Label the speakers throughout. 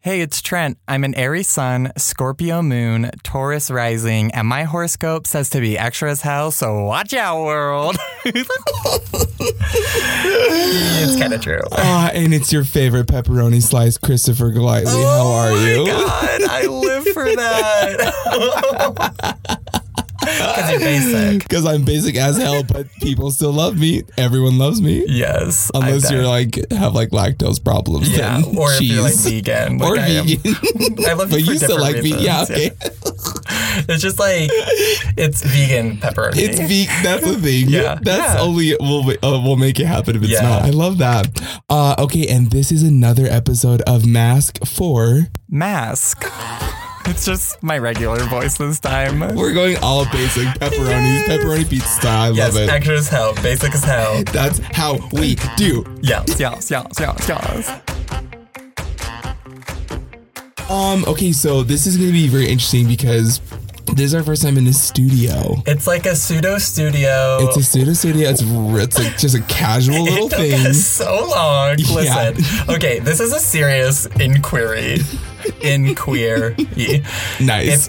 Speaker 1: Hey, it's Trent. I'm an Aries sun, Scorpio moon, Taurus rising, and my horoscope says to be extra as hell, so watch out, world. it's kind of true.
Speaker 2: Ah, and it's your favorite pepperoni slice, Christopher Glightly. How
Speaker 1: Oh
Speaker 2: are you?
Speaker 1: God, I live for that. Because you're basic.
Speaker 2: Because I'm basic as hell, but people still love me. Everyone loves me.
Speaker 1: Yes. I
Speaker 2: Unless
Speaker 1: bet.
Speaker 2: you're like have like lactose problems,
Speaker 1: yeah,
Speaker 2: then
Speaker 1: or if
Speaker 2: cheese
Speaker 1: you're like vegan, like
Speaker 2: or
Speaker 1: I am.
Speaker 2: vegan.
Speaker 1: I love you
Speaker 2: but
Speaker 1: for
Speaker 2: you still
Speaker 1: different
Speaker 2: like
Speaker 1: reasons.
Speaker 2: me, yeah. Okay,
Speaker 1: It's just like it's vegan pepperoni.
Speaker 2: it's vegan. That's the thing.
Speaker 1: Yeah.
Speaker 2: that's
Speaker 1: Yeah.
Speaker 2: only we'll uh, we'll make it happen if it's
Speaker 1: Yeah.
Speaker 2: not. I love that. Uh, okay, and this is another episode of Mask Four.
Speaker 1: mask. It's just my regular voice this time.
Speaker 2: We're going all basic
Speaker 1: Yes.
Speaker 2: pepperonis, pepperoni pizza style. I
Speaker 1: Yes,
Speaker 2: love it.
Speaker 1: extra as hell, basic as hell.
Speaker 2: That's how we do.
Speaker 1: Yes, yes, yes, yes, yes.
Speaker 2: Um, okay, so this is gonna be very interesting because this is our first time in this studio.
Speaker 1: It's like a pseudo studio.
Speaker 2: It's a pseudo studio. It's r- it's like just a casual little
Speaker 1: it took
Speaker 2: thing.
Speaker 1: us so long.
Speaker 2: Yeah.
Speaker 1: Listen, okay, this is a serious inquiry. Inqueer.
Speaker 2: Nice.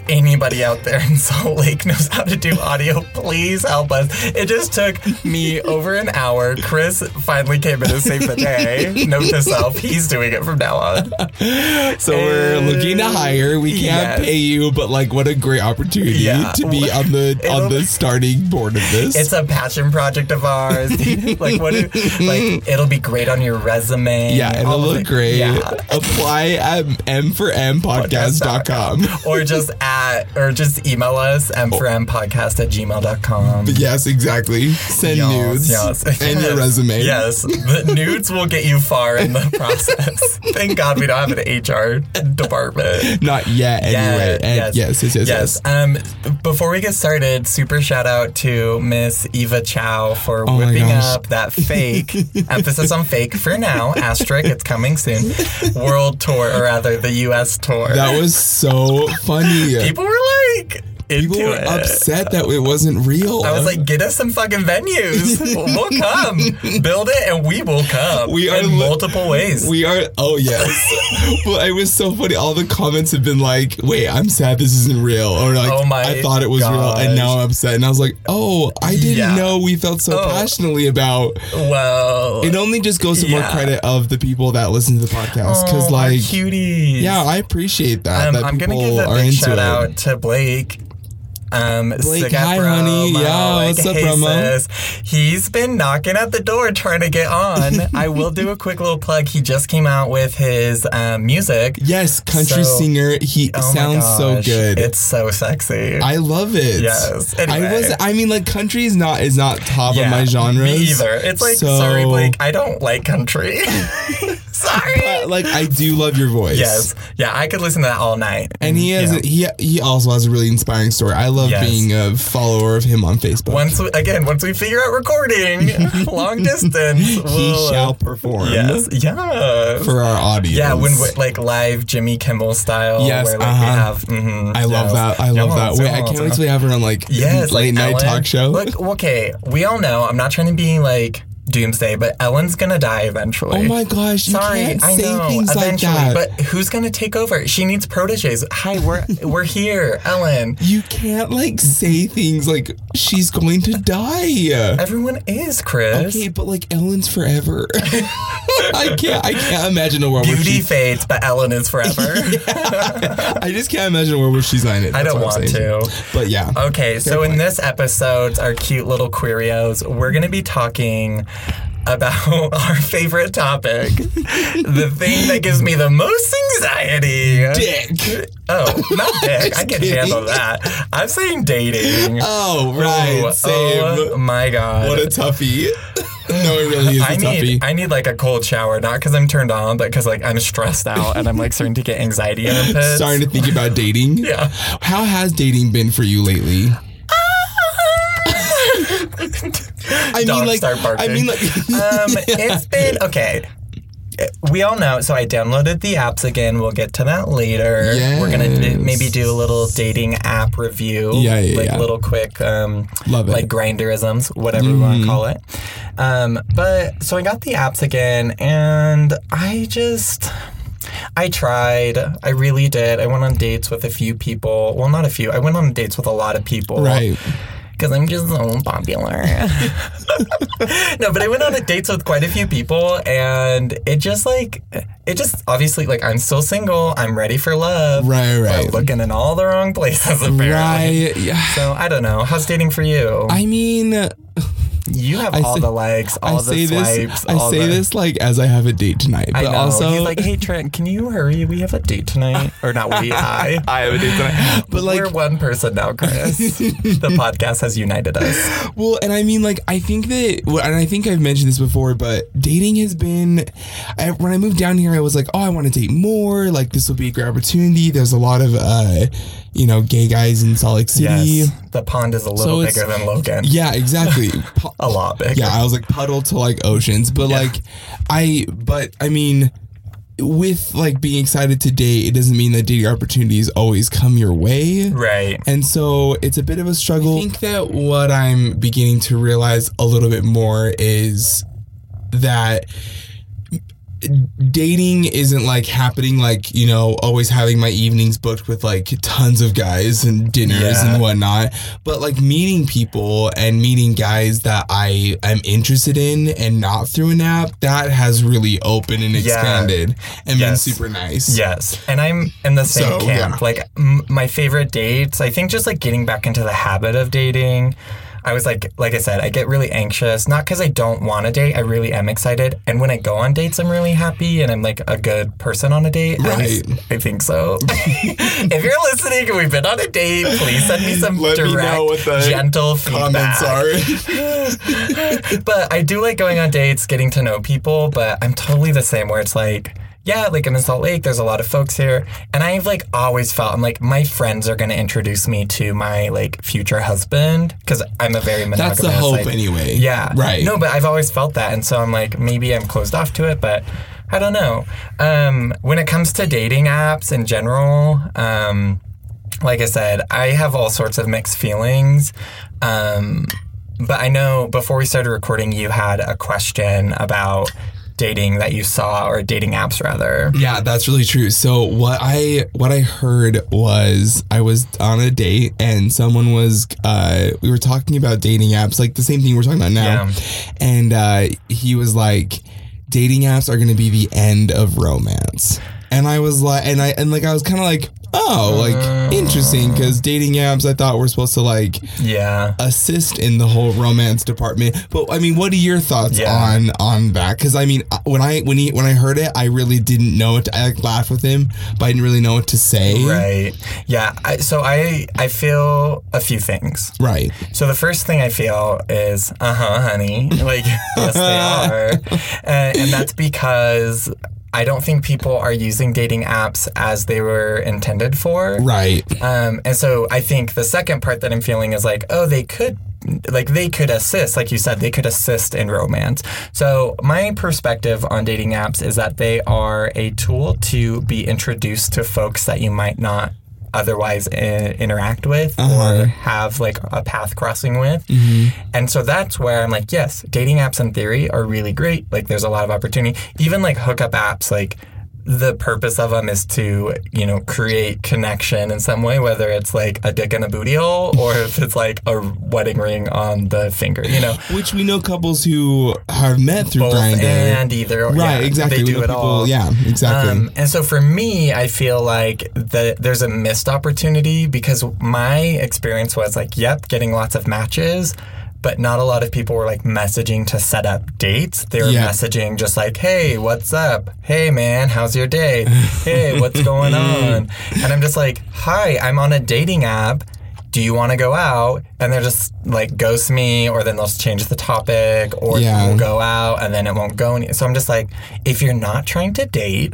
Speaker 1: If anybody out there in Salt Lake knows how to do audio, please help us. It just took me over an hour. Chris finally came in to save the day. Note to self, he's doing it from now on.
Speaker 2: so we're looking to hire. We can't
Speaker 1: Yes.
Speaker 2: pay you, but like, what a great opportunity
Speaker 1: Yeah.
Speaker 2: to be on the on
Speaker 1: It'll-
Speaker 2: the starting board of this.
Speaker 1: It's a passion project of ours. like what? If, like it'll be great on your resume.
Speaker 2: yeah, it'll
Speaker 1: All of
Speaker 2: look
Speaker 1: it.
Speaker 2: great.
Speaker 1: Yeah.
Speaker 2: Apply at m for m podcast.com.
Speaker 1: Or just at, or just email us m4mpodcast at gmail.com.
Speaker 2: Yes, exactly. Send
Speaker 1: Yes,
Speaker 2: nudes
Speaker 1: yes,
Speaker 2: and your
Speaker 1: yes.
Speaker 2: resume.
Speaker 1: Yes, the nudes will get you far in the process. Thank God we don't have an HR department.
Speaker 2: Not yet, anyway. And yes, yes, yes, yes.
Speaker 1: Um, before we get started, super shout out to Miss Eva Chow for
Speaker 2: Oh my
Speaker 1: whipping
Speaker 2: gosh.
Speaker 1: up that fake emphasis on fake for now. Asterisk, it's coming soon. World tour, or rather, the U.S. tour.
Speaker 2: That was so funny.
Speaker 1: people were like into
Speaker 2: People were
Speaker 1: it.
Speaker 2: upset that it wasn't real.
Speaker 1: I was like, get us some fucking venues. we'll come. Build it and we will come.
Speaker 2: We are
Speaker 1: in
Speaker 2: li-
Speaker 1: multiple ways.
Speaker 2: we are. Oh yes. well, it was so funny. All the comments have been like, "Wait, I'm sad this isn't real," or like,
Speaker 1: Oh my
Speaker 2: "I thought it was real, and now I'm upset." And I was like, "Oh, I didn't
Speaker 1: Yeah.
Speaker 2: know we felt so
Speaker 1: Oh.
Speaker 2: passionately about."
Speaker 1: well,
Speaker 2: It only just goes to more
Speaker 1: Yeah.
Speaker 2: credit of the people that listen to the podcast
Speaker 1: oh,
Speaker 2: because,
Speaker 1: our
Speaker 2: like,
Speaker 1: cuties.
Speaker 2: yeah, I appreciate that.
Speaker 1: um,
Speaker 2: that
Speaker 1: I'm gonna
Speaker 2: people
Speaker 1: give a
Speaker 2: are
Speaker 1: big
Speaker 2: into
Speaker 1: shout
Speaker 2: it.
Speaker 1: out to Blake. Um,
Speaker 2: Blake,
Speaker 1: Sick at
Speaker 2: hi,
Speaker 1: Bromo,
Speaker 2: honey. Yeah, what's up,
Speaker 1: hey,
Speaker 2: Bromo?
Speaker 1: sis. He's been knocking at the door trying to get on. I will do a quick little plug. He just came out with his um, music.
Speaker 2: Yes, country
Speaker 1: So-
Speaker 2: singer. He
Speaker 1: Oh my
Speaker 2: sounds so
Speaker 1: gosh,
Speaker 2: good.
Speaker 1: It's so sexy.
Speaker 2: I love it.
Speaker 1: Yes,
Speaker 2: I
Speaker 1: anyway.
Speaker 2: was. I mean, like country is not is not top of my genres.
Speaker 1: Me either. It's like,
Speaker 2: So-
Speaker 1: sorry, Blake, I don't like country. sorry.
Speaker 2: But, like I do love your voice.
Speaker 1: yes. Yeah, I could listen to that all night.
Speaker 2: And he has
Speaker 1: Yeah.
Speaker 2: he he also has a really inspiring story. I love
Speaker 1: Yes.
Speaker 2: being a follower of him on Facebook.
Speaker 1: Once we, again, once we figure out recording long distance,
Speaker 2: he
Speaker 1: we'll, uh,
Speaker 2: shall perform
Speaker 1: Yes. Yeah.
Speaker 2: for our audience.
Speaker 1: yeah, when we like live Jimmy Kimmel style,
Speaker 2: Yes,
Speaker 1: where like
Speaker 2: uh-huh.
Speaker 1: we have. mhm,
Speaker 2: I love
Speaker 1: yes.
Speaker 2: that. I love
Speaker 1: Yes,
Speaker 2: that. Wait, I
Speaker 1: yes,
Speaker 2: can't wait till we have her on like
Speaker 1: Yes, like
Speaker 2: late night
Speaker 1: Ellen-
Speaker 2: talk show.
Speaker 1: Look, okay, we all know. I'm not trying to be like doomsday, but Ellen's gonna die eventually.
Speaker 2: oh my gosh, you
Speaker 1: Sorry,
Speaker 2: can't
Speaker 1: I
Speaker 2: say
Speaker 1: know.
Speaker 2: things like
Speaker 1: Eventually,
Speaker 2: that.
Speaker 1: but who's gonna take over? She needs proteges. Hi, we're we're here, Ellen.
Speaker 2: you can't like say things like she's going to die.
Speaker 1: Everyone is Chris.
Speaker 2: Okay, but like Ellen's forever. I can't. I can't imagine a world where
Speaker 1: Beauty
Speaker 2: she.
Speaker 1: fades, but Ellen is forever.
Speaker 2: I just can't imagine a world where she's on it.
Speaker 1: I
Speaker 2: That's
Speaker 1: don't
Speaker 2: what I'm
Speaker 1: want to.
Speaker 2: saying.
Speaker 1: Um,
Speaker 2: But yeah.
Speaker 1: Okay, so in this episode, our cute little querios, we're gonna be talking about our favorite topic, the thing that gives me the most anxiety.
Speaker 2: Dick.
Speaker 1: Oh, not dick. I can
Speaker 2: kidding.
Speaker 1: handle that. I'm saying dating.
Speaker 2: Oh right.
Speaker 1: Ooh,
Speaker 2: Same.
Speaker 1: Oh my god.
Speaker 2: What a toughie. no, it really is a
Speaker 1: I
Speaker 2: toughie.
Speaker 1: need I need like a cold shower, not because I'm turned on, but because like I'm stressed out and I'm like starting to get anxiety armpits.
Speaker 2: Starting to think about dating.
Speaker 1: Yeah.
Speaker 2: How has dating been for you lately? I
Speaker 1: Dogs
Speaker 2: mean, like,
Speaker 1: start barking.
Speaker 2: I mean, like,
Speaker 1: Um, it's been okay. We all know. So I downloaded the apps again. We'll get to that later. We're gonna
Speaker 2: Yes.
Speaker 1: do, maybe do a little dating app review.
Speaker 2: Yeah, yeah,
Speaker 1: like
Speaker 2: yeah.
Speaker 1: little quick, um,
Speaker 2: Love it. Mm-hmm.
Speaker 1: like grinderisms, whatever we want to call it. Um, but so I got the apps again, and I just I tried. I really did. I went on dates with a few people. Well, not a few. I went on dates with a lot of people.
Speaker 2: Right.
Speaker 1: Because I'm just so popular. no, but I went on dates with quite a few people, and it just like, it just obviously, like, I'm still single. I'm ready for love.
Speaker 2: Right,
Speaker 1: but
Speaker 2: right.
Speaker 1: looking in all the wrong places, apparently.
Speaker 2: Right. Yeah.
Speaker 1: So I don't know. How's dating for you?
Speaker 2: I mean,
Speaker 1: you have all
Speaker 2: say-
Speaker 1: the likes, all
Speaker 2: I say
Speaker 1: the swipes.
Speaker 2: this. I
Speaker 1: all
Speaker 2: say
Speaker 1: the,
Speaker 2: this like as I have a date tonight,
Speaker 1: I
Speaker 2: but
Speaker 1: know.
Speaker 2: also
Speaker 1: he's like, hey Trent, can you hurry? We have a date tonight, or not we? I.
Speaker 2: I have a date tonight. But like,
Speaker 1: We're one person now, Chris. the podcast has united us.
Speaker 2: Well, and I mean, like, I think that, well, and I think I've mentioned this before, but dating has been, I, when I moved down here, I was like, oh, I want to date more. Like, this will be a great opportunity. There's a lot of, uh, you know, gay guys in Salt Lake City.
Speaker 1: Yes, the pond is a little
Speaker 2: So it's-
Speaker 1: bigger than Logan.
Speaker 2: Yeah, exactly. Pu-
Speaker 1: A lot bigger.
Speaker 2: yeah, I was like puddle to like oceans, but like, I, but I mean, with like being excited to date, it doesn't mean that dating opportunities always come your way.
Speaker 1: Right.
Speaker 2: And so it's a bit of a struggle. I think that what I'm beginning to realize a little bit more is that dating isn't like happening like you know always having my evenings booked with like tons of guys and dinners
Speaker 1: Yeah.
Speaker 2: and whatnot but like meeting people and meeting guys that i am interested in and not through an app that has really opened and expanded and
Speaker 1: Yes.
Speaker 2: been super nice
Speaker 1: Yes, and I'm in the same
Speaker 2: So,
Speaker 1: camp.
Speaker 2: yeah.
Speaker 1: Like m- my favorite dates, I think just like getting back into the habit of dating. I was like, like I said, I get really anxious, not because I don't want to date. I really am excited, and when I go on dates, I'm really happy, and I'm like a good person on a date. At least
Speaker 2: Right.
Speaker 1: I think so. if you're listening and we've been on a date, please send me some
Speaker 2: Let me
Speaker 1: direct,
Speaker 2: know what the
Speaker 1: gentle feedback
Speaker 2: comments are
Speaker 1: but I do like going on dates, getting to know people, but I'm totally the same where it's like, yeah, like I'm in Salt Lake, there's a lot of folks here. And I've like always felt I'm like, my friends are gonna introduce me to my like future husband because I'm a very monogamous.
Speaker 2: That's the hope,
Speaker 1: like-
Speaker 2: anyway.
Speaker 1: Yeah.
Speaker 2: Right.
Speaker 1: No, but I've always felt that. And so I'm like, maybe I'm closed off to it, but I don't know. Um, when it comes to dating apps in general, um, like I said, I have all sorts of mixed feelings. Um, but I know before we started recording, you had a question about dating that you saw, or dating apps rather.
Speaker 2: Yeah, that's really true. So what I what I heard was I was on a date and someone was uh we were talking about dating apps, like the same thing we're talking about now.
Speaker 1: Yeah.
Speaker 2: And uh he was like dating apps are going to be the end of romance. And I was like and I and like I was kind of like, "Oh, like interesting cuz dating apps I thought were supposed to like
Speaker 1: Yeah.
Speaker 2: assist in the whole romance department. But I mean, what are your thoughts
Speaker 1: Yeah.
Speaker 2: on on that? Because I mean, I- when I when he when I heard it, I really didn't know what to, I like laughed with him, but I didn't really know what to say.
Speaker 1: Right. Yeah. I, so I I feel a few things.
Speaker 2: Right.
Speaker 1: So the first thing I feel is, uh huh, honey. Like, yes, they are. Uh, And, and that's because I don't think people are using dating apps as they were intended for.
Speaker 2: Right.
Speaker 1: Um, and so I think the second part that I'm feeling is like, oh, they could, like, they could assist, like you said, they could assist in romance. So my perspective on dating apps is that they are a tool to be introduced to folks that you might not otherwise I- interact with or have like a path crossing with. And so that's where I'm like, yes, dating apps in theory are really great. Like, there's a lot of opportunity. Even like hookup apps, like, the purpose of them is to, you know, create connection in some way, whether it's like a dick in a booty hole or if it's like a wedding ring on the finger, you know.
Speaker 2: Which we know couples who have met through
Speaker 1: Both
Speaker 2: Grindr.
Speaker 1: and either. or-
Speaker 2: Right.
Speaker 1: yeah,
Speaker 2: exactly.
Speaker 1: They
Speaker 2: We
Speaker 1: do
Speaker 2: know
Speaker 1: it
Speaker 2: people-
Speaker 1: all.
Speaker 2: Yeah. Exactly.
Speaker 1: Um, and so for me, I feel like that there's a missed opportunity because my experience was like, yep, getting lots of matches, but not a lot of people were like messaging to set up dates. They were
Speaker 2: Yeah.
Speaker 1: messaging just like, hey, what's up? Hey, man, how's your day? Hey, what's going on? And I'm just like, hi, I'm on a dating app. Do you want to go out? And they're just like ghost me, or then they'll change the topic, or
Speaker 2: Yeah.
Speaker 1: we'll go out, and then it won't go. Any- so I'm just like, if you're not trying to date,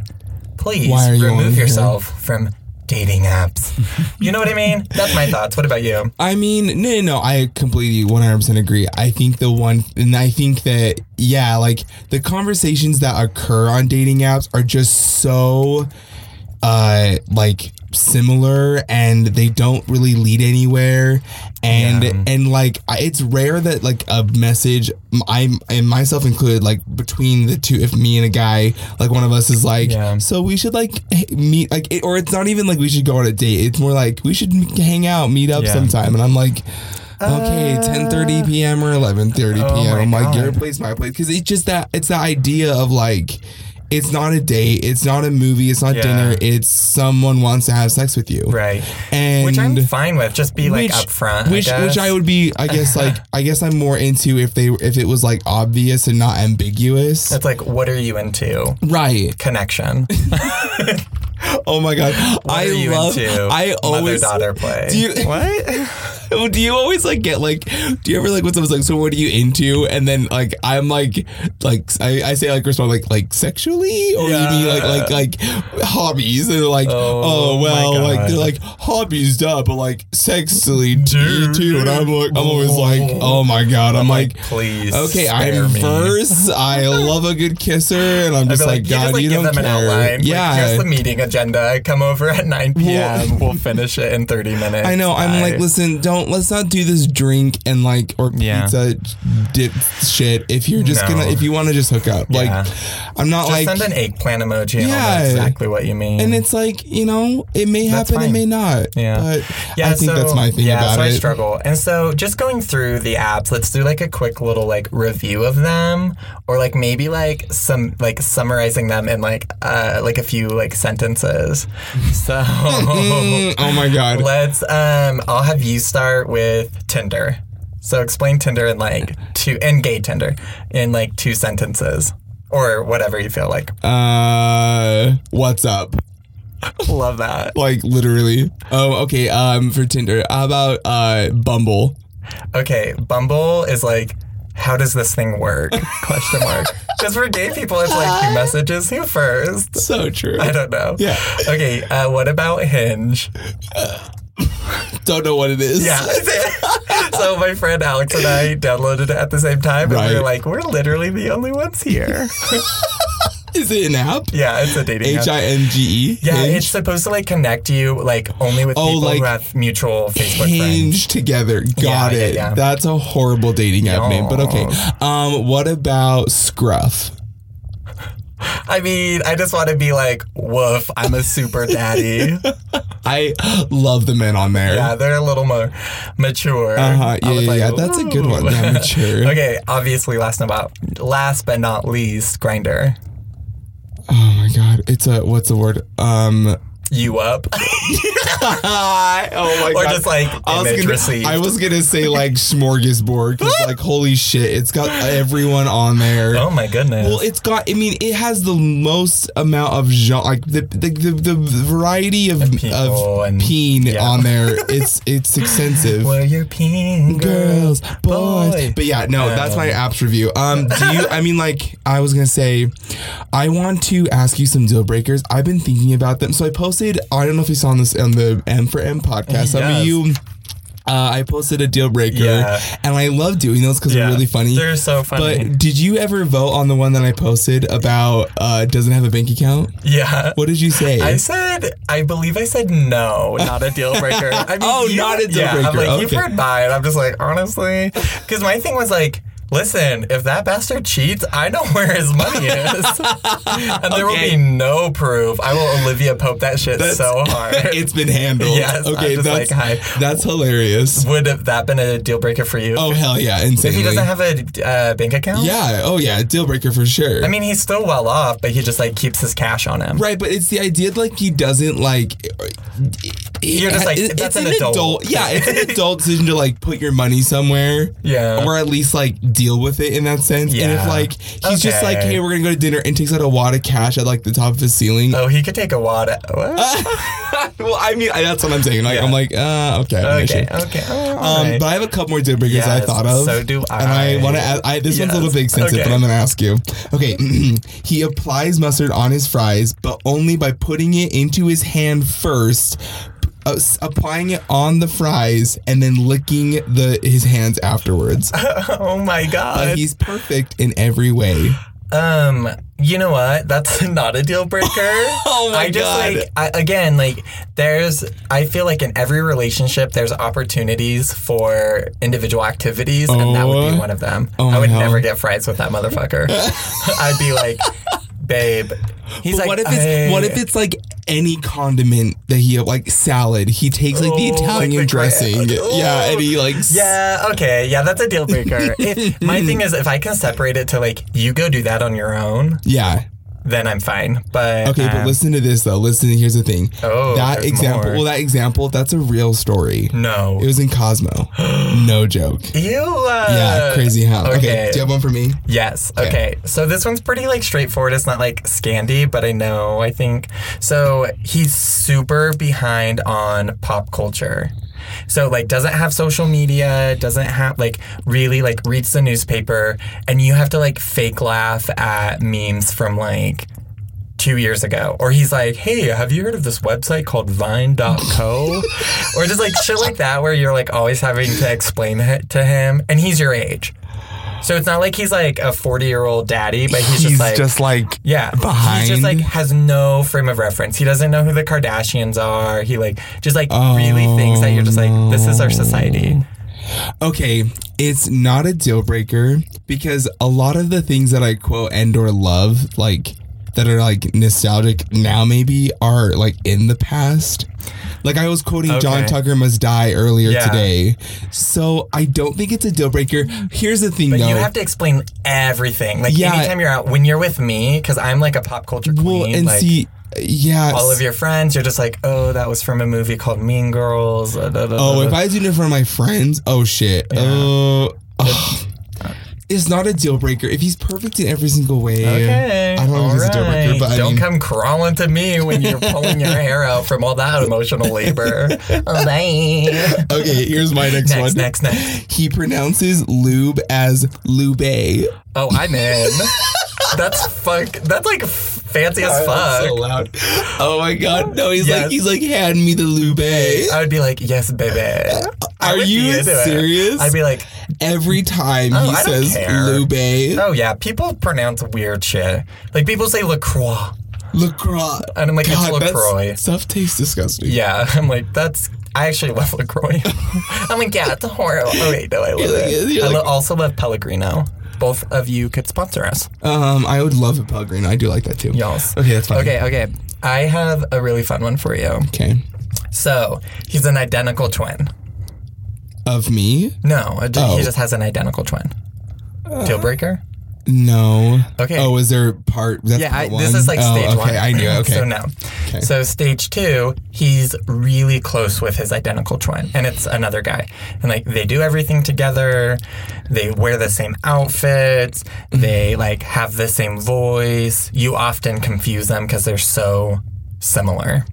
Speaker 1: please
Speaker 2: Why are you on
Speaker 1: remove
Speaker 2: here?
Speaker 1: yourself from dating apps. you know what I mean? That's my thoughts. What about you?
Speaker 2: I mean, no, no, no. I completely 100% agree. I think the one, and I think that, yeah, like the conversations that occur on dating apps are just so, uh, like similar and they don't really lead anywhere and
Speaker 1: Yeah.
Speaker 2: and like I- it's rare that like a message I and myself included like between the two if me and a guy like one of us is like
Speaker 1: Yeah.
Speaker 2: so we should like h- meet like it, or it's not even like we should go on a date it's more like we should m- hang out meet up
Speaker 1: Yeah.
Speaker 2: sometime and I'm like okay
Speaker 1: Uh,
Speaker 2: 10:30 p.m. or 11:30
Speaker 1: Oh
Speaker 2: p.m.
Speaker 1: my
Speaker 2: I'm like
Speaker 1: God.
Speaker 2: your place my place because it's just that it's the idea of like it's not a date, it's not a movie, it's not
Speaker 1: Yeah.
Speaker 2: dinner, it's someone wants to have sex with you.
Speaker 1: Right.
Speaker 2: And
Speaker 1: Which I'm fine with. Just be like
Speaker 2: which-
Speaker 1: upfront.
Speaker 2: Which
Speaker 1: I guess.
Speaker 2: which I would be I guess like I guess I'm more into if they if it was like obvious and not ambiguous.
Speaker 1: It's like, what are you into?
Speaker 2: right.
Speaker 1: Connection.
Speaker 2: Oh my god.
Speaker 1: What
Speaker 2: I
Speaker 1: are you
Speaker 2: love
Speaker 1: into?
Speaker 2: I always
Speaker 1: mother daughter play.
Speaker 2: Do you-
Speaker 1: what?
Speaker 2: do you always like get like do you ever like when someone's like so what are you into and then like i'm like like i, I say like respond like like sexually or
Speaker 1: Yeah.
Speaker 2: you mean like like like hobbies and they're like
Speaker 1: Oh,
Speaker 2: oh, well
Speaker 1: my
Speaker 2: like
Speaker 1: God.
Speaker 2: they're like hobbies duh but like sexually too
Speaker 1: Dude.
Speaker 2: too and i'm like i'm always like oh my god i'm like
Speaker 1: please.
Speaker 2: Okay,
Speaker 1: spare
Speaker 2: I'm
Speaker 1: me.
Speaker 2: first. I love a good kisser, and I'm
Speaker 1: I'd
Speaker 2: just
Speaker 1: be
Speaker 2: like,
Speaker 1: you
Speaker 2: God,
Speaker 1: just, like,
Speaker 2: you
Speaker 1: give
Speaker 2: don't
Speaker 1: them
Speaker 2: care.
Speaker 1: an outline. Like,
Speaker 2: yeah,
Speaker 1: here's the meeting agenda. Come over at 9 p.m. we'll finish it in 30 minutes.
Speaker 2: I know. I'm
Speaker 1: Bye.
Speaker 2: like, listen, don't let's not do this drink and like or
Speaker 1: Yeah.
Speaker 2: pizza dip shit. If you're just
Speaker 1: No.
Speaker 2: gonna, if you want to just hook up,
Speaker 1: Yeah.
Speaker 2: like, I'm not
Speaker 1: Just
Speaker 2: like,
Speaker 1: send an eggplant emoji and I'll
Speaker 2: Yeah.
Speaker 1: know exactly what you mean.
Speaker 2: and it's like you know, it may
Speaker 1: That's
Speaker 2: happen, it
Speaker 1: fine.
Speaker 2: may not.
Speaker 1: Yeah.
Speaker 2: but I think that's my thing
Speaker 1: yeah,
Speaker 2: about
Speaker 1: so I
Speaker 2: it.
Speaker 1: struggle. And so just going through the apps, let's do like a quick little like review of them or like maybe like some like summarizing them in like uh like a few like sentences. So
Speaker 2: Mm, oh my god.
Speaker 1: let's um I'll have you start with Tinder. So explain Tinder in like two and gay Tinder in like two sentences. Or whatever you feel like.
Speaker 2: Uh, what's up?
Speaker 1: Love that.
Speaker 2: Like literally. Oh, okay. Um, for Tinder, how about uh Bumble?
Speaker 1: Okay, Bumble is like, how does this thing work? Question mark. Because for gay people, it's like who messages who first.
Speaker 2: So true.
Speaker 1: I don't know.
Speaker 2: Yeah.
Speaker 1: Okay. Uh, what about Hinge?
Speaker 2: Don't know what it is.
Speaker 1: Yeah. so my friend Alex and I downloaded it at the same time, and we were
Speaker 2: Right.
Speaker 1: like, we're literally the only ones here.
Speaker 2: Is it an app?
Speaker 1: yeah, it's a dating app.
Speaker 2: H I N G E.
Speaker 1: Yeah, it's supposed to like connect you like only with
Speaker 2: Oh,
Speaker 1: people
Speaker 2: like,
Speaker 1: who have mutual Facebook friends.
Speaker 2: Hinge together. Got
Speaker 1: yeah,
Speaker 2: it.
Speaker 1: yeah.
Speaker 2: That's a horrible dating app name, but okay. Um, what about Scruff?
Speaker 1: I mean, I just want to be like, woof, I'm a super daddy.
Speaker 2: I love the men on there.
Speaker 1: Yeah, they're a little more mature.
Speaker 2: Uh-huh.
Speaker 1: I
Speaker 2: Yeah,
Speaker 1: was
Speaker 2: yeah, yeah. That's a good one.
Speaker 1: "Ooh."
Speaker 2: Yeah, mature.
Speaker 1: okay, obviously, last about last but not least, grinder.
Speaker 2: Oh my god, it's a what's the word? Um,
Speaker 1: You up?
Speaker 2: oh my
Speaker 1: or just like
Speaker 2: I
Speaker 1: image
Speaker 2: was, gonna,
Speaker 1: received.
Speaker 2: I was gonna say like smorgasbord 'cause, like holy shit, it's got everyone on there.
Speaker 1: oh my goodness.
Speaker 2: Well, it's got. I mean, it has the most amount of genre, like the the, the, the variety of
Speaker 1: people
Speaker 2: of
Speaker 1: and-
Speaker 2: peen
Speaker 1: yeah.
Speaker 2: on there. It's it's extensive.
Speaker 1: Were you pink
Speaker 2: Girls, boys.
Speaker 1: boy.
Speaker 2: But yeah, no, that's my apps review. Um, do you? I mean, like, I was gonna say, I want to ask you some deal breakers. I've been thinking about them. So I posted. I don't know if you saw on this on the M for M podcast. Some of
Speaker 1: Yes.
Speaker 2: you. Uh, I posted a deal breaker,
Speaker 1: Yeah.
Speaker 2: and I love doing those because
Speaker 1: Yeah,
Speaker 2: they're really funny.
Speaker 1: They're so funny.
Speaker 2: But did you ever vote on the one that I posted about uh, doesn't have a bank account?
Speaker 1: yeah.
Speaker 2: What did you say?
Speaker 1: I said, I believe I said no, not a deal breaker. I mean,
Speaker 2: Oh, not a deal
Speaker 1: yeah, I'm
Speaker 2: breaker.
Speaker 1: like, you've
Speaker 2: Okay.
Speaker 1: heard mine. I'm just like, honestly, because my thing was like, listen, if that bastard cheats, I know where his money is, and there will
Speaker 2: Okay.
Speaker 1: be no proof. I will Olivia Pope that shit so hard.
Speaker 2: it's been handled.
Speaker 1: Yes, I'm
Speaker 2: okay,
Speaker 1: just
Speaker 2: that's
Speaker 1: like,
Speaker 2: that's hilarious.
Speaker 1: Would have that been a deal breaker for you?
Speaker 2: Oh hell yeah,
Speaker 1: if
Speaker 2: insanely.
Speaker 1: he doesn't have a uh, bank account.
Speaker 2: yeah. Oh yeah, deal breaker for sure.
Speaker 1: I mean, he's still well off, but he just like keeps his cash on him.
Speaker 2: Right, but it's the idea that, like he doesn't like.
Speaker 1: You're just like, that's an adult.
Speaker 2: Yeah, it's an adult decision to like put your money somewhere.
Speaker 1: Yeah.
Speaker 2: Or at least like deal with it in that sense. And if
Speaker 1: Yeah.
Speaker 2: like he's just like,
Speaker 1: Okay.
Speaker 2: hey, we're gonna go to dinner and takes out a wad of cash at like the top of his ceiling.
Speaker 1: Oh, he could take a wad. What?
Speaker 2: well, I mean, I- that's what I'm saying. Like,
Speaker 1: Yeah.
Speaker 2: I'm like, uh, okay, okay.
Speaker 1: okay. Okay.
Speaker 2: Um,
Speaker 1: alright.
Speaker 2: But I have a couple more deal breakers I
Speaker 1: Yes,
Speaker 2: thought of.
Speaker 1: so do
Speaker 2: And I
Speaker 1: I.
Speaker 2: want to add, I, this one's a little
Speaker 1: Yes,
Speaker 2: bit extensive,
Speaker 1: okay.
Speaker 2: but I'm going to ask you. Okay. he applies mustard on his fries, but only by putting it into his hand first, uh, s- applying it on the fries, and then licking the his hands afterwards.
Speaker 1: Oh my
Speaker 2: But
Speaker 1: god.
Speaker 2: he's perfect in every way.
Speaker 1: Um, you know what? That's not a deal breaker. oh
Speaker 2: my
Speaker 1: I just
Speaker 2: God.
Speaker 1: like I, again, like there's I feel like in every relationship there's opportunities for individual activities and that would
Speaker 2: Oh.
Speaker 1: be one of them.
Speaker 2: Oh,
Speaker 1: I would
Speaker 2: hell.
Speaker 1: never get fries with that motherfucker. I'd be like, "Babe." He's
Speaker 2: But
Speaker 1: like,
Speaker 2: what if it's
Speaker 1: "I-
Speaker 2: what if it's like any condiment that he like salad? He takes like the
Speaker 1: Oh, like
Speaker 2: Italian
Speaker 1: the gra- oh.
Speaker 2: dressing, yeah, and he like s-
Speaker 1: Yeah, okay. Yeah, that's a deal breaker. if, my thing is if I can separate it to like you go do that on your own,
Speaker 2: yeah.
Speaker 1: then I'm fine. But
Speaker 2: Okay, but
Speaker 1: um,
Speaker 2: listen to this though. Listen, here's the thing.
Speaker 1: Oh,
Speaker 2: that
Speaker 1: there's
Speaker 2: example.
Speaker 1: more.
Speaker 2: Well, that example. That's a real story.
Speaker 1: no.
Speaker 2: It was in Cosmo. no joke.
Speaker 1: you uh,
Speaker 2: Yeah, crazy how. Okay.
Speaker 1: okay.
Speaker 2: do you have one for me?
Speaker 1: Yes. Okay. So this one's pretty like straightforward. It's not like Scandi, but I know. I think so. He's super behind on pop culture. So like doesn't have social media, doesn't have like really like reads the newspaper, and you have to like fake laugh at memes from like two years ago. Or he's like, hey, have you heard of this website called vine.co? or just like shit like that where you're like always having to explain it to him. And he's your age. So it's not like he's like a 40 year old daddy, but he's, just like.
Speaker 2: like
Speaker 1: yeah,
Speaker 2: behind.
Speaker 1: He just like has no frame of reference. He doesn't know who the Kardashians are. He like just like really thinks that you're just like this is our society.
Speaker 2: Oh, Okay, it's not a deal breaker because a lot of the things that I quote and or love, like that are like nostalgic now maybe are like in the past. Like I was quoting John
Speaker 1: Okay.
Speaker 2: Tucker must die earlier
Speaker 1: Yeah.
Speaker 2: today. So I don't think it's a deal breaker. Here's the thing though.
Speaker 1: You have to explain everything. Like
Speaker 2: Yeah.
Speaker 1: anytime you're out, when you're with me, because I'm like a pop culture queen.
Speaker 2: well and
Speaker 1: like,
Speaker 2: see yeah.
Speaker 1: all of your friends, you're just like, oh, that was from a movie called Mean Girls. uh, da, da,
Speaker 2: Oh,
Speaker 1: da,
Speaker 2: if
Speaker 1: da.
Speaker 2: I do it for my friends, oh shit. Oh, ugh. it's not a deal breaker. If he's perfect in every single way,
Speaker 1: okay,
Speaker 2: I don't know if it's a deal breaker,
Speaker 1: alright.
Speaker 2: but I
Speaker 1: don't
Speaker 2: mean,
Speaker 1: come crawling to me when you're pulling your hair out from all that emotional labor. Oh, bye.
Speaker 2: okay, here's my next, one.
Speaker 1: Next, next, next.
Speaker 2: He pronounces lube as lube.
Speaker 1: Oh, I'm in. That's fuck. That's like fancy as fuck.
Speaker 2: so loud. Oh my god, no, he's like
Speaker 1: Yes.
Speaker 2: he's like hand me the lube.
Speaker 1: I would be like, yes, baby. I
Speaker 2: Are
Speaker 1: would be
Speaker 2: you
Speaker 1: into it.
Speaker 2: serious?
Speaker 1: I'd be like,
Speaker 2: Every time
Speaker 1: Oh,
Speaker 2: he
Speaker 1: I don't
Speaker 2: says
Speaker 1: care.
Speaker 2: lube,
Speaker 1: oh yeah, people pronounce weird shit. Like people say LaCroix.
Speaker 2: LaCroix.
Speaker 1: And I'm like, it's
Speaker 2: God, that's-
Speaker 1: LaCroix.
Speaker 2: Stuff tastes disgusting.
Speaker 1: Yeah, I'm like, that's. I actually love LaCroix. I'm like, yeah, it's horrible. Oh, wait, no, I love
Speaker 2: like-
Speaker 1: it.
Speaker 2: you're
Speaker 1: I
Speaker 2: like-
Speaker 1: lo- also love Pellegrino. Both of you could sponsor us.
Speaker 2: Um, I would love a pug green. I do like that too.
Speaker 1: Y'alls.
Speaker 2: Okay, that's fine.
Speaker 1: Okay, okay. I have a really fun one for you.
Speaker 2: Okay.
Speaker 1: So, he's an identical twin.
Speaker 2: Of me?
Speaker 1: No, a-
Speaker 2: Oh.
Speaker 1: he just has an identical twin. Deal breaker?
Speaker 2: No.
Speaker 1: Okay.
Speaker 2: Oh, is there part? That's
Speaker 1: Yeah,
Speaker 2: part
Speaker 1: I,
Speaker 2: one?
Speaker 1: this is like
Speaker 2: oh,
Speaker 1: stage
Speaker 2: okay,
Speaker 1: one.
Speaker 2: Okay, I knew. it. Okay.
Speaker 1: so no.
Speaker 2: Okay.
Speaker 1: So stage two, he's really close with his identical twin, and it's another guy, and like they do everything together, they wear the same outfits,
Speaker 2: Mm-hmm.
Speaker 1: they like have the same voice. You often confuse them because they're so similar,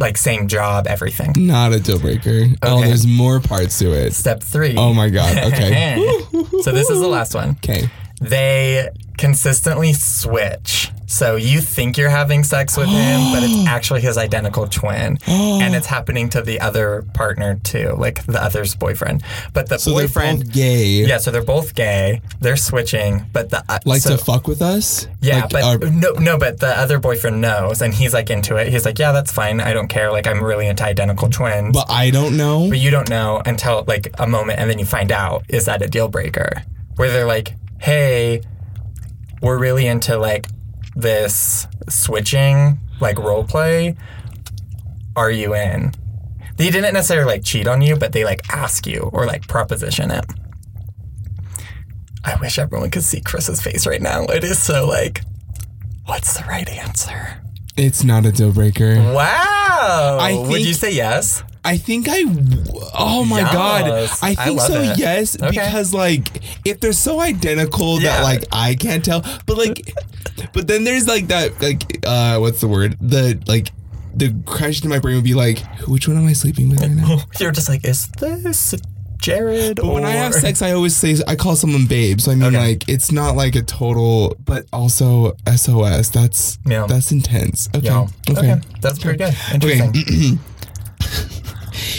Speaker 1: like same job, everything.
Speaker 2: Not a deal breaker. Oh,
Speaker 1: Okay.
Speaker 2: there's more parts to it.
Speaker 1: Step three.
Speaker 2: Oh my god. Okay.
Speaker 1: so this is the last one.
Speaker 2: okay.
Speaker 1: they consistently switch. So you think you're having sex with him, but it's actually his identical twin. and it's happening to the other partner too, like the other's boyfriend. But the
Speaker 2: So
Speaker 1: boyfriend.
Speaker 2: they're both gay.
Speaker 1: yeah, so they're both gay. They're switching, but the uh,
Speaker 2: Like
Speaker 1: so-
Speaker 2: to fuck with us?
Speaker 1: yeah,
Speaker 2: Like, uh,
Speaker 1: but
Speaker 2: our-
Speaker 1: no, no, but the other boyfriend knows, and he's like into it. He's like, yeah, that's fine. I don't care. Like I'm really into identical twins,
Speaker 2: but I don't know.
Speaker 1: but you don't know until like a moment and then you find out is that a deal breaker where they're like hey we're really into like this switching like role play are you in they didn't necessarily like cheat on you but they like ask you or like proposition it i wish everyone could see chris's face right now it is so like what's the right answer
Speaker 2: It's not a deal breaker.
Speaker 1: wow
Speaker 2: I
Speaker 1: would
Speaker 2: think-
Speaker 1: you say yes
Speaker 2: I think I. Oh my
Speaker 1: Yes.
Speaker 2: god. I
Speaker 1: I
Speaker 2: think
Speaker 1: love
Speaker 2: so.
Speaker 1: it.
Speaker 2: Yes,
Speaker 1: Okay.
Speaker 2: because like if they're so identical that
Speaker 1: Yeah.
Speaker 2: like I can't tell, but like, but then there's like that like uh what's the word the like the question in my brain would be like which one am I sleeping with right now?
Speaker 1: You're just like, is this Jared?
Speaker 2: But when I have
Speaker 1: or-"
Speaker 2: sex, I always say I call someone babe. So I mean,
Speaker 1: Okay.
Speaker 2: like, it's not like a total, but also SOS. That's
Speaker 1: Yeah.
Speaker 2: that's intense. Okay,
Speaker 1: Yeah.
Speaker 2: okay.
Speaker 1: okay, that's pretty good. Interesting.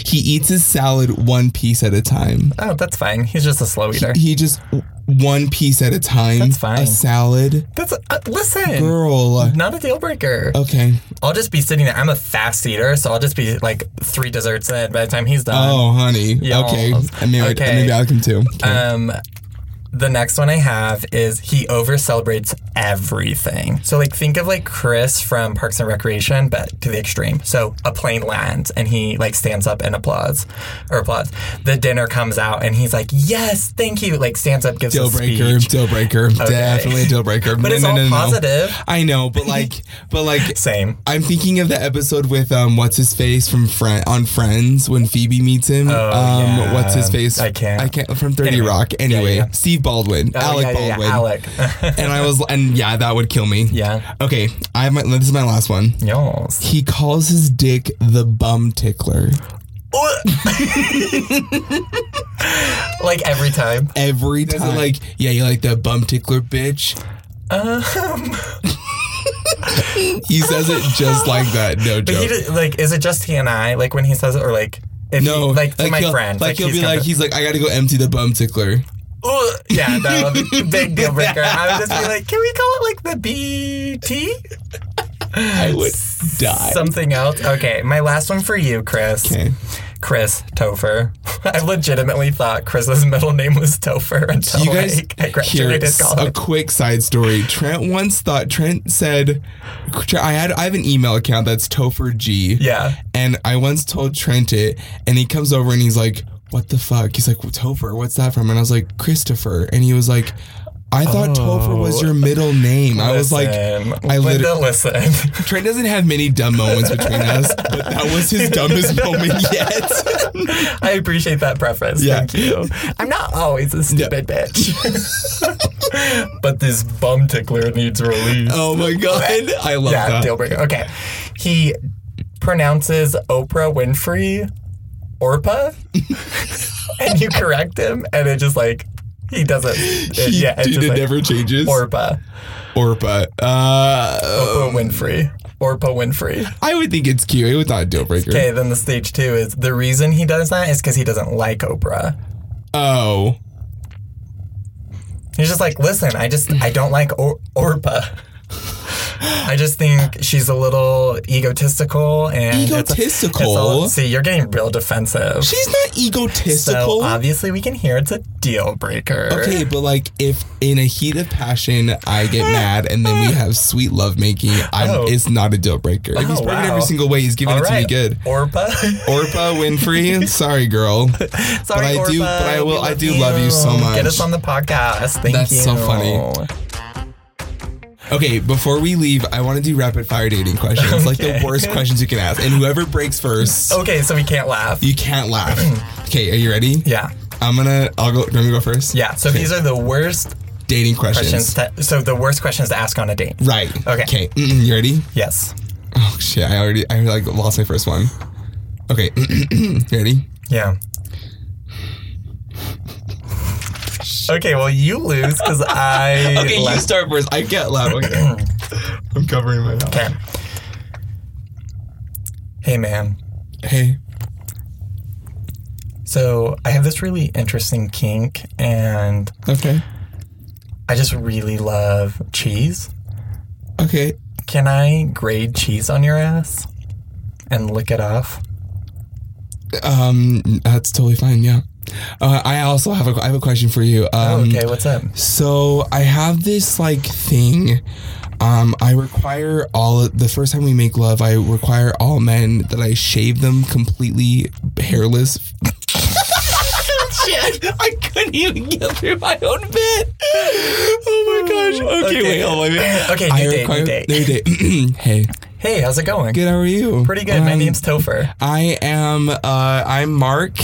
Speaker 2: He eats his salad one piece at a time.
Speaker 1: Oh, that's fine. He's just a slow eater.
Speaker 2: He just one piece at a time.
Speaker 1: That's fine. Mm-hmm.
Speaker 2: A salad,
Speaker 1: That's uh, listen.
Speaker 2: girl. Oh.
Speaker 1: Not a deal breaker.
Speaker 2: Okay.
Speaker 1: I'll just be sitting there. I'm a fast eater, so I'll just be like three desserts in by the time he's done.
Speaker 2: Oh, honey.
Speaker 1: Yeah,
Speaker 2: okay.
Speaker 1: I'll-
Speaker 2: I'm married.
Speaker 1: okay.
Speaker 2: I'm married. I can too. Okay.
Speaker 1: Um, the next one I have is he over celebrates everything. So like think of like Chris from Parks and Recreation, but to the extreme. So a plane lands and he like stands up and applauds, or applauds. The dinner comes out and he's like, "Yes, thank you!" Like stands up, gives
Speaker 2: Deal
Speaker 1: a
Speaker 2: breaker,
Speaker 1: speech.
Speaker 2: deal breaker, definitely a deal breaker.
Speaker 1: But it's all positive.
Speaker 2: I know, but like, but like,
Speaker 1: Same.
Speaker 2: I'm thinking of the episode with um, what's his face from Friend on Friends when Phoebe meets him. um,
Speaker 1: Oh, yeah.
Speaker 2: what's his face?
Speaker 1: I can't.
Speaker 2: I can't from Thirty
Speaker 1: Anyway.
Speaker 2: Rock. Anyway,
Speaker 1: yeah.
Speaker 2: Steve Baldwin,
Speaker 1: Oh,
Speaker 2: Alec
Speaker 1: yeah, yeah, yeah,
Speaker 2: Baldwin,
Speaker 1: Alec.
Speaker 2: and I was, and yeah, that would kill me.
Speaker 1: yeah.
Speaker 2: Okay, I have my, this is my last one.
Speaker 1: Yes.
Speaker 2: He calls his dick the bum tickler
Speaker 1: like every time.
Speaker 2: every time. like, yeah, you like that bum tickler, bitch.
Speaker 1: Um.
Speaker 2: he says it just like that. No
Speaker 1: But
Speaker 2: joke.
Speaker 1: he did, like, is it just he and I? Like when he says it, or like, if
Speaker 2: no,
Speaker 1: he, like to my
Speaker 2: he'll-
Speaker 1: friend,
Speaker 2: Like, he'll be
Speaker 1: come
Speaker 2: like,
Speaker 1: to-
Speaker 2: he's like, I gotta go empty the bum tickler.
Speaker 1: Ugh. yeah, no, big deal breaker. I would just be like, can we call it like the BT?
Speaker 2: I would die.
Speaker 1: Something else. Okay, my last one for you, Chris.
Speaker 2: Okay.
Speaker 1: Chris Topher. I legitimately thought Chris's middle name was Topher until
Speaker 2: you guys
Speaker 1: like, I
Speaker 2: hear
Speaker 1: graduated
Speaker 2: s- a
Speaker 1: college.
Speaker 2: quick side story. Trent once thought Trent said, I had I have an email account that's Topher G.
Speaker 1: Yeah.
Speaker 2: And I once told Trent it, and he comes over and he's like, "What the fuck?" He's like, "Topher, what's that from?" And I was like, "Christopher," and he was like. I thought Topher was your middle name. I was like,
Speaker 1: Oh. Listen,
Speaker 2: I literally,
Speaker 1: Linda, listen.
Speaker 2: Trent doesn't have many dumb moments between us, but that was his dumbest moment yet.
Speaker 1: I appreciate that preference.
Speaker 2: Yeah.
Speaker 1: Thank you. I'm not always a stupid bitch. but this bum tickler needs release.
Speaker 2: oh my god, I love
Speaker 1: yeah,
Speaker 2: that.
Speaker 1: deal breaker. Okay. He pronounces Oprah Winfrey Orpa, and you correct him, and it just like, he doesn't. It,
Speaker 2: He-
Speaker 1: yeah, it's
Speaker 2: dude,
Speaker 1: just
Speaker 2: it
Speaker 1: like,
Speaker 2: never changes.
Speaker 1: Orpa.
Speaker 2: Orpa. Uh,
Speaker 1: Oprah Winfrey. Orpa Winfrey.
Speaker 2: I would think it's cute. It would not a deal breaker.
Speaker 1: Okay, then the stage two is the reason he does that is because he doesn't like Oprah.
Speaker 2: Oh,
Speaker 1: He's just like, listen, I just I don't like or- Orpa. I just think she's a little egotistical and it's- It's, all,
Speaker 2: egotistical.
Speaker 1: see, you're getting real defensive.
Speaker 2: She's not egotistical.
Speaker 1: so obviously we can hear it's a deal breaker.
Speaker 2: okay, but like if in a heat of passion I get mad and then we have sweet lovemaking, I'm
Speaker 1: Oh.
Speaker 2: it's not a deal breaker. If he's
Speaker 1: Oh,
Speaker 2: working
Speaker 1: wow.
Speaker 2: every single way, he's giving
Speaker 1: All
Speaker 2: it
Speaker 1: right.
Speaker 2: to me good.
Speaker 1: Orpa.
Speaker 2: Orpa Winfrey, sorry girl.
Speaker 1: Sorry,
Speaker 2: I
Speaker 1: Orpa.
Speaker 2: do- but I will-
Speaker 1: we
Speaker 2: I do love you so much.
Speaker 1: Get us on the podcast. Thank
Speaker 2: That's
Speaker 1: you.
Speaker 2: so funny. Okay, before we leave, I want to do rapid fire dating questions, like the
Speaker 1: Okay.
Speaker 2: worst questions you can ask, and whoever breaks first,
Speaker 1: Okay, so we can't laugh.
Speaker 2: you can't laugh. okay, are you ready?
Speaker 1: Yeah.
Speaker 2: I'm gonna. I'll go. Do you want me to go first?
Speaker 1: Yeah. So these are the worst
Speaker 2: Dating questions.
Speaker 1: questions. To, so the worst questions to ask on a date.
Speaker 2: Right.
Speaker 1: Okay.
Speaker 2: Okay. Mm-mm, you ready?
Speaker 1: Yes.
Speaker 2: Oh shit! I already. I like lost my first one. Okay. you ready?
Speaker 1: Yeah. Okay, well you lose because I left.
Speaker 2: start first. I get loud. Okay. I'm covering my mouth.
Speaker 1: Okay. Hey man,
Speaker 2: Hey.
Speaker 1: so I have this really interesting kink, and
Speaker 2: Okay.
Speaker 1: I just really love cheese.
Speaker 2: Okay.
Speaker 1: Can I grade cheese on your ass and lick it off?
Speaker 2: Um, that's totally fine. Yeah. Uh, I also have a. I have a question for you. Um,
Speaker 1: Oh, okay, what's up?
Speaker 2: So I have this like thing. Um, I require all the first time we make love, I require all men that I shave them completely hairless. Shit, I couldn't even get through my own bit. Oh my gosh. Okay,
Speaker 1: Okay.
Speaker 2: wait, hold on. wait.
Speaker 1: Okay, new
Speaker 2: I
Speaker 1: date,
Speaker 2: require-
Speaker 1: new date.
Speaker 2: new date. hey,
Speaker 1: Hey, how's it going?
Speaker 2: good. How are you?
Speaker 1: Pretty good. My
Speaker 2: Um,
Speaker 1: name's Topher.
Speaker 2: I am. Uh, I'm Mark.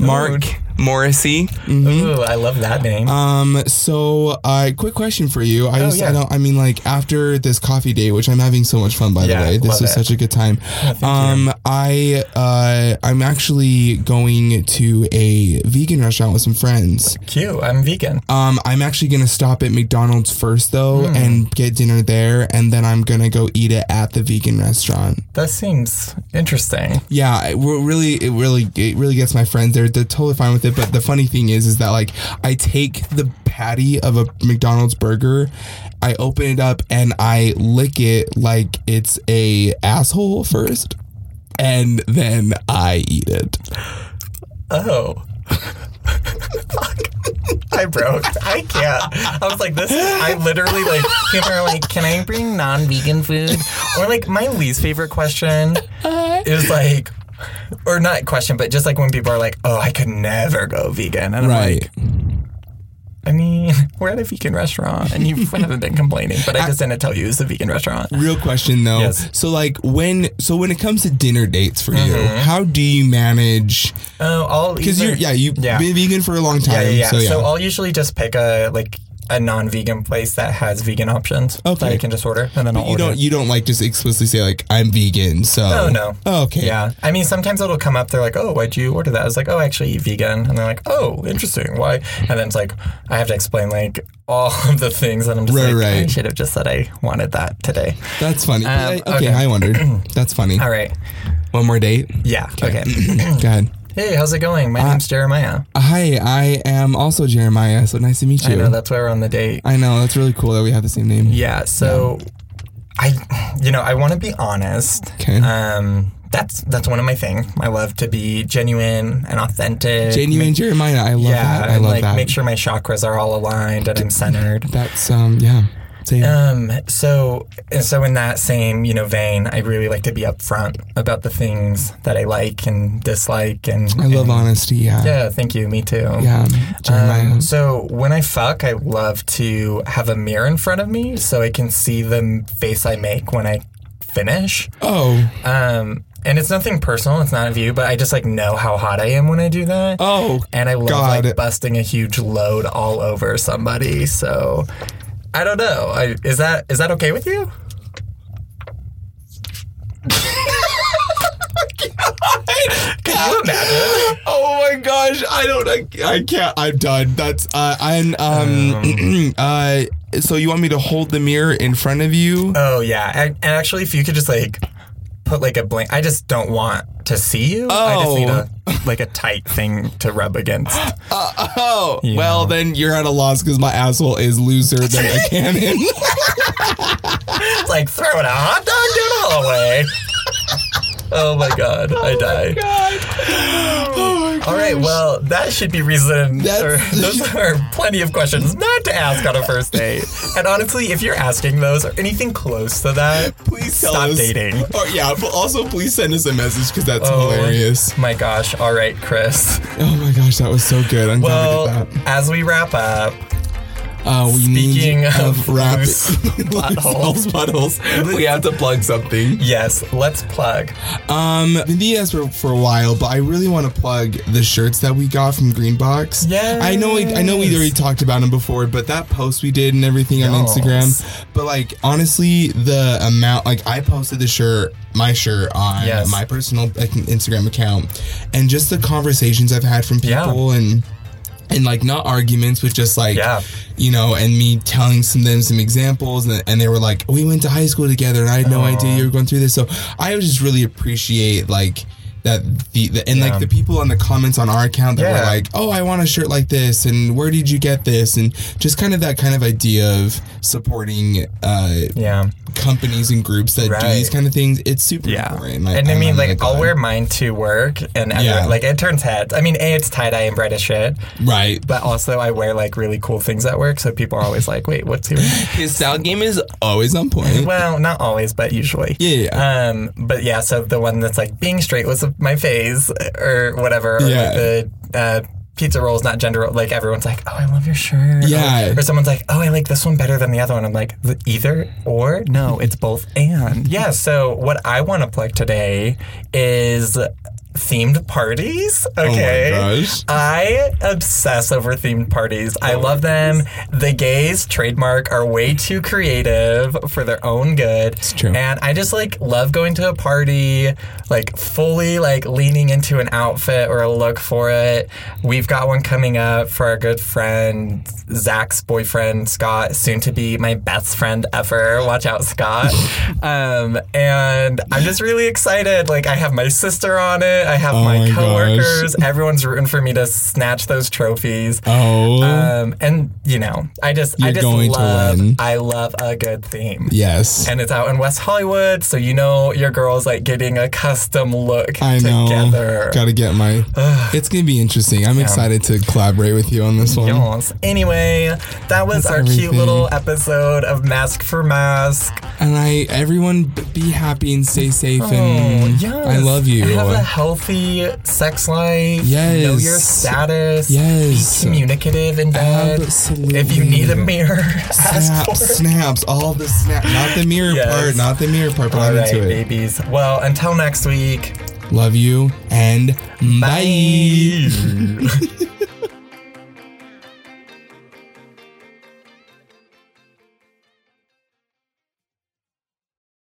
Speaker 2: Mark Morrissey.
Speaker 1: Ooh, I love that name.
Speaker 2: Um. So, uh, quick question for you. I just,
Speaker 1: Oh, yeah.
Speaker 2: I don't. I mean, like after this coffee date, which I'm having so much fun by
Speaker 1: Yeah,
Speaker 2: the way. This
Speaker 1: love
Speaker 2: was
Speaker 1: it.
Speaker 2: such a good time. um. I uh. I'm actually going to a vegan restaurant with some friends.
Speaker 1: Cute. I'm vegan.
Speaker 2: Um. I'm actually gonna stop at McDonald's first though
Speaker 1: Hmm.
Speaker 2: and get dinner there, and then I'm gonna go eat it at the vegan restaurant.
Speaker 1: That seems interesting.
Speaker 2: Yeah. It we're really. It really. It really gets my friends. They're they're totally fine with it. it. But the funny thing is, is that like I take the patty of a McDonald's burger, I open it up and I lick it like it's a asshole first, and then I eat it.
Speaker 1: Oh. Fuck. I broke. I can't. I was like, this. I literally like. People are like, can I bring non-vegan food? Or like, my least favorite question is like, or not question, but just like when people are like, oh, I could never go vegan, and I'm like,
Speaker 2: Right.
Speaker 1: I mean, we're at a vegan restaurant, and you haven't been complaining, but I just didn't tell you it's a vegan restaurant.
Speaker 2: Real question though.
Speaker 1: Yes.
Speaker 2: So like when so when it comes to dinner dates for you,
Speaker 1: Mm-hmm.
Speaker 2: how do you manage?
Speaker 1: Oh, I'll
Speaker 2: Because
Speaker 1: either-
Speaker 2: you're yeah you've
Speaker 1: Yeah.
Speaker 2: been vegan for a long time.
Speaker 1: Yeah, yeah, yeah.
Speaker 2: So
Speaker 1: So,
Speaker 2: yeah.
Speaker 1: I'll usually just pick a like a non-vegan place that has vegan options that
Speaker 2: Okay.
Speaker 1: I can just order, and then I'll
Speaker 2: you
Speaker 1: order.
Speaker 2: don't you don't like just explicitly say like I'm vegan. So
Speaker 1: Oh, no.
Speaker 2: okay.
Speaker 1: yeah, I mean, sometimes it'll come up. They're like, "Oh, why'd you order that?" I was like, "Oh, I actually eat vegan," and they're like, "Oh, interesting. Why?" And then it's like, I have to explain like all of the things, and I'm just
Speaker 2: Right,
Speaker 1: like, "I
Speaker 2: right.
Speaker 1: should have just said I wanted that today."
Speaker 2: That's funny.
Speaker 1: Um,
Speaker 2: okay, okay,
Speaker 1: okay.
Speaker 2: I wondered. That's funny.
Speaker 1: All right,
Speaker 2: One more date.
Speaker 1: yeah, okay.
Speaker 2: Go ahead.
Speaker 1: hey, how's it going?
Speaker 2: Uh,
Speaker 1: My name's Jeremiah.
Speaker 2: Hi, I am also Jeremiah. So nice to meet you.
Speaker 1: I know that's why we're on the date.
Speaker 2: I know, that's really cool that we have the same name.
Speaker 1: Yeah, so I you know, I want to be honest.
Speaker 2: Okay.
Speaker 1: Um that's that's one of my things. I love to be genuine and authentic.
Speaker 2: Genuine Jeremiah. I love
Speaker 1: yeah,
Speaker 2: that. I
Speaker 1: and
Speaker 2: love
Speaker 1: like
Speaker 2: that.
Speaker 1: make sure my chakras are all aligned and I'm centered.
Speaker 2: That's um yeah. Same.
Speaker 1: Um, so and so in that same, you know, vein, I really like to be upfront about the things that I like and dislike and
Speaker 2: I love honesty. Yeah. Yeah.
Speaker 1: Yeah, thank you, me too.
Speaker 2: Jeremiah.
Speaker 1: Um, so when I fuck, I love to have a mirror in front of me so I can see the m- face I make when I finish.
Speaker 2: oh.
Speaker 1: Um, and it's nothing personal; it's not of you, but I just like know how hot I am when I do that.
Speaker 2: Oh.
Speaker 1: and I love
Speaker 2: God.
Speaker 1: like busting a huge load all over somebody. So I don't know. I, is that is that okay with you? Can you imagine?
Speaker 2: Oh my gosh. I don't I, I can't I'm done. That's uh I'm um, uh so you want me to hold the mirror in front of you?
Speaker 1: Oh yeah, and, and actually, if you could just like put like a blank, I just don't want to see you. I just need a like a tight thing to rub against.
Speaker 2: Oh, well then you're at a loss because my asshole is looser than a cannon.
Speaker 1: It's like throwing a hot dog down the hallway. Oh my god, I die.
Speaker 2: oh my god.
Speaker 1: All right, well, that should be reason. Or,
Speaker 2: That's-
Speaker 1: those are plenty of questions not to ask on a first date. And honestly, if you're asking those or anything close to that,
Speaker 2: Please tell
Speaker 1: Stop
Speaker 2: us.
Speaker 1: dating.
Speaker 2: Oh yeah, but also please send us a message because that's
Speaker 1: Oh,
Speaker 2: hilarious.
Speaker 1: My gosh. All right, Chris.
Speaker 2: Oh my gosh, that was so good. I'm glad we
Speaker 1: Well,
Speaker 2: did that.
Speaker 1: as we wrap up,
Speaker 2: Uh, we
Speaker 1: Speaking
Speaker 2: need
Speaker 1: of
Speaker 2: rap-
Speaker 1: loose buttholes.
Speaker 2: loose buttholes. We have to plug something.
Speaker 1: yes, let's plug.
Speaker 2: Um, been the asked for for a while, but I really want to plug the shirts that we got from Greenbox.
Speaker 1: Yes.
Speaker 2: I know. We, I know we already talked about them before, but that post we did and everything on
Speaker 1: Yes.
Speaker 2: Instagram. But like, honestly, the amount like I posted the shirt, my shirt on
Speaker 1: Yes.
Speaker 2: my personal like, Instagram account, and just the conversations I've had from
Speaker 1: Yeah.
Speaker 2: people and and like not arguments with just like
Speaker 1: Yeah.
Speaker 2: you know and me telling some them some examples and, and they were like we went to high school together and i had no idea you were going through this so i would just really appreciate like that the, the and
Speaker 1: Yeah.
Speaker 2: like the people on the comments on our account that were
Speaker 1: Yeah.
Speaker 2: like oh i want a shirt like this and where did you get this and just kind of that kind of idea of supporting uh
Speaker 1: Yeah.
Speaker 2: companies and groups that do
Speaker 1: Right.
Speaker 2: these kind of things it's super
Speaker 1: Yeah.
Speaker 2: important
Speaker 1: and I, mean,
Speaker 2: love
Speaker 1: like,
Speaker 2: that.
Speaker 1: I'll wear mine to work, and everyone-
Speaker 2: Yeah.
Speaker 1: like, it turns heads. I mean, A, it's tie dye and bright as shit,
Speaker 2: right
Speaker 1: but also I wear, like, really cool things at work, so people are always like, wait, what's he wearing?
Speaker 2: his style game is always on point
Speaker 1: Well, not always, but usually.
Speaker 2: Yeah, yeah,
Speaker 1: Um, but yeah, so the one that's like being straight was my phase or whatever. Or
Speaker 2: Yeah.
Speaker 1: like the uh, pizza rolls, not gender. roll. Like everyone's like, oh, I love your shirt.
Speaker 2: Yeah.
Speaker 1: Or, or someone's like, oh, I like this one better than the other one. I'm like, "The either or? No, it's both and. Yeah. So what I want to plug today is themed parties. Okay.
Speaker 2: Oh gosh.
Speaker 1: I obsess over themed parties. I love them. The gays trademark are way too creative for their own good. It's
Speaker 2: true.
Speaker 1: And I just like love going to a party, like fully like leaning into an outfit or a look for it. We've got one coming up for our good friend Zach's boyfriend Scott, soon to be my best friend ever. Watch out, Scott. um, and I'm just really excited. Like I have my sister on it. I have
Speaker 2: Oh
Speaker 1: my
Speaker 2: my
Speaker 1: coworkers. Everyone's rooting for me to snatch those trophies.
Speaker 2: Oh,
Speaker 1: Um, and you know, I just, I
Speaker 2: You're
Speaker 1: just
Speaker 2: going to
Speaker 1: love,
Speaker 2: win.
Speaker 1: I love a good theme.
Speaker 2: yes.
Speaker 1: And it's out in West Hollywood, so you know your girl's like getting a custom look
Speaker 2: I know.
Speaker 1: together.
Speaker 2: Gotta get my. it's gonna be interesting. I'm excited to collaborate with you on this one.
Speaker 1: Yes. Anyway, that was our cute
Speaker 2: everything.
Speaker 1: little episode of Mask for Mask.
Speaker 2: And I, everyone, b- be happy and stay safe.
Speaker 1: Oh,
Speaker 2: and
Speaker 1: yes.
Speaker 2: Mm, I love you.
Speaker 1: And Have a healthy sex life. Know your
Speaker 2: Yes.
Speaker 1: status.
Speaker 2: Yes.
Speaker 1: Be communicative in bed.
Speaker 2: Absolutely.
Speaker 1: If you need a mirror, ask for
Speaker 2: snaps,
Speaker 1: it.
Speaker 2: snaps, all the snap. Not the mirror
Speaker 1: Yes.
Speaker 2: part. Not the mirror part. But
Speaker 1: All
Speaker 2: I'm
Speaker 1: right,
Speaker 2: into it.
Speaker 1: babies. Well, until next week.
Speaker 2: Love you and bye.
Speaker 1: bye.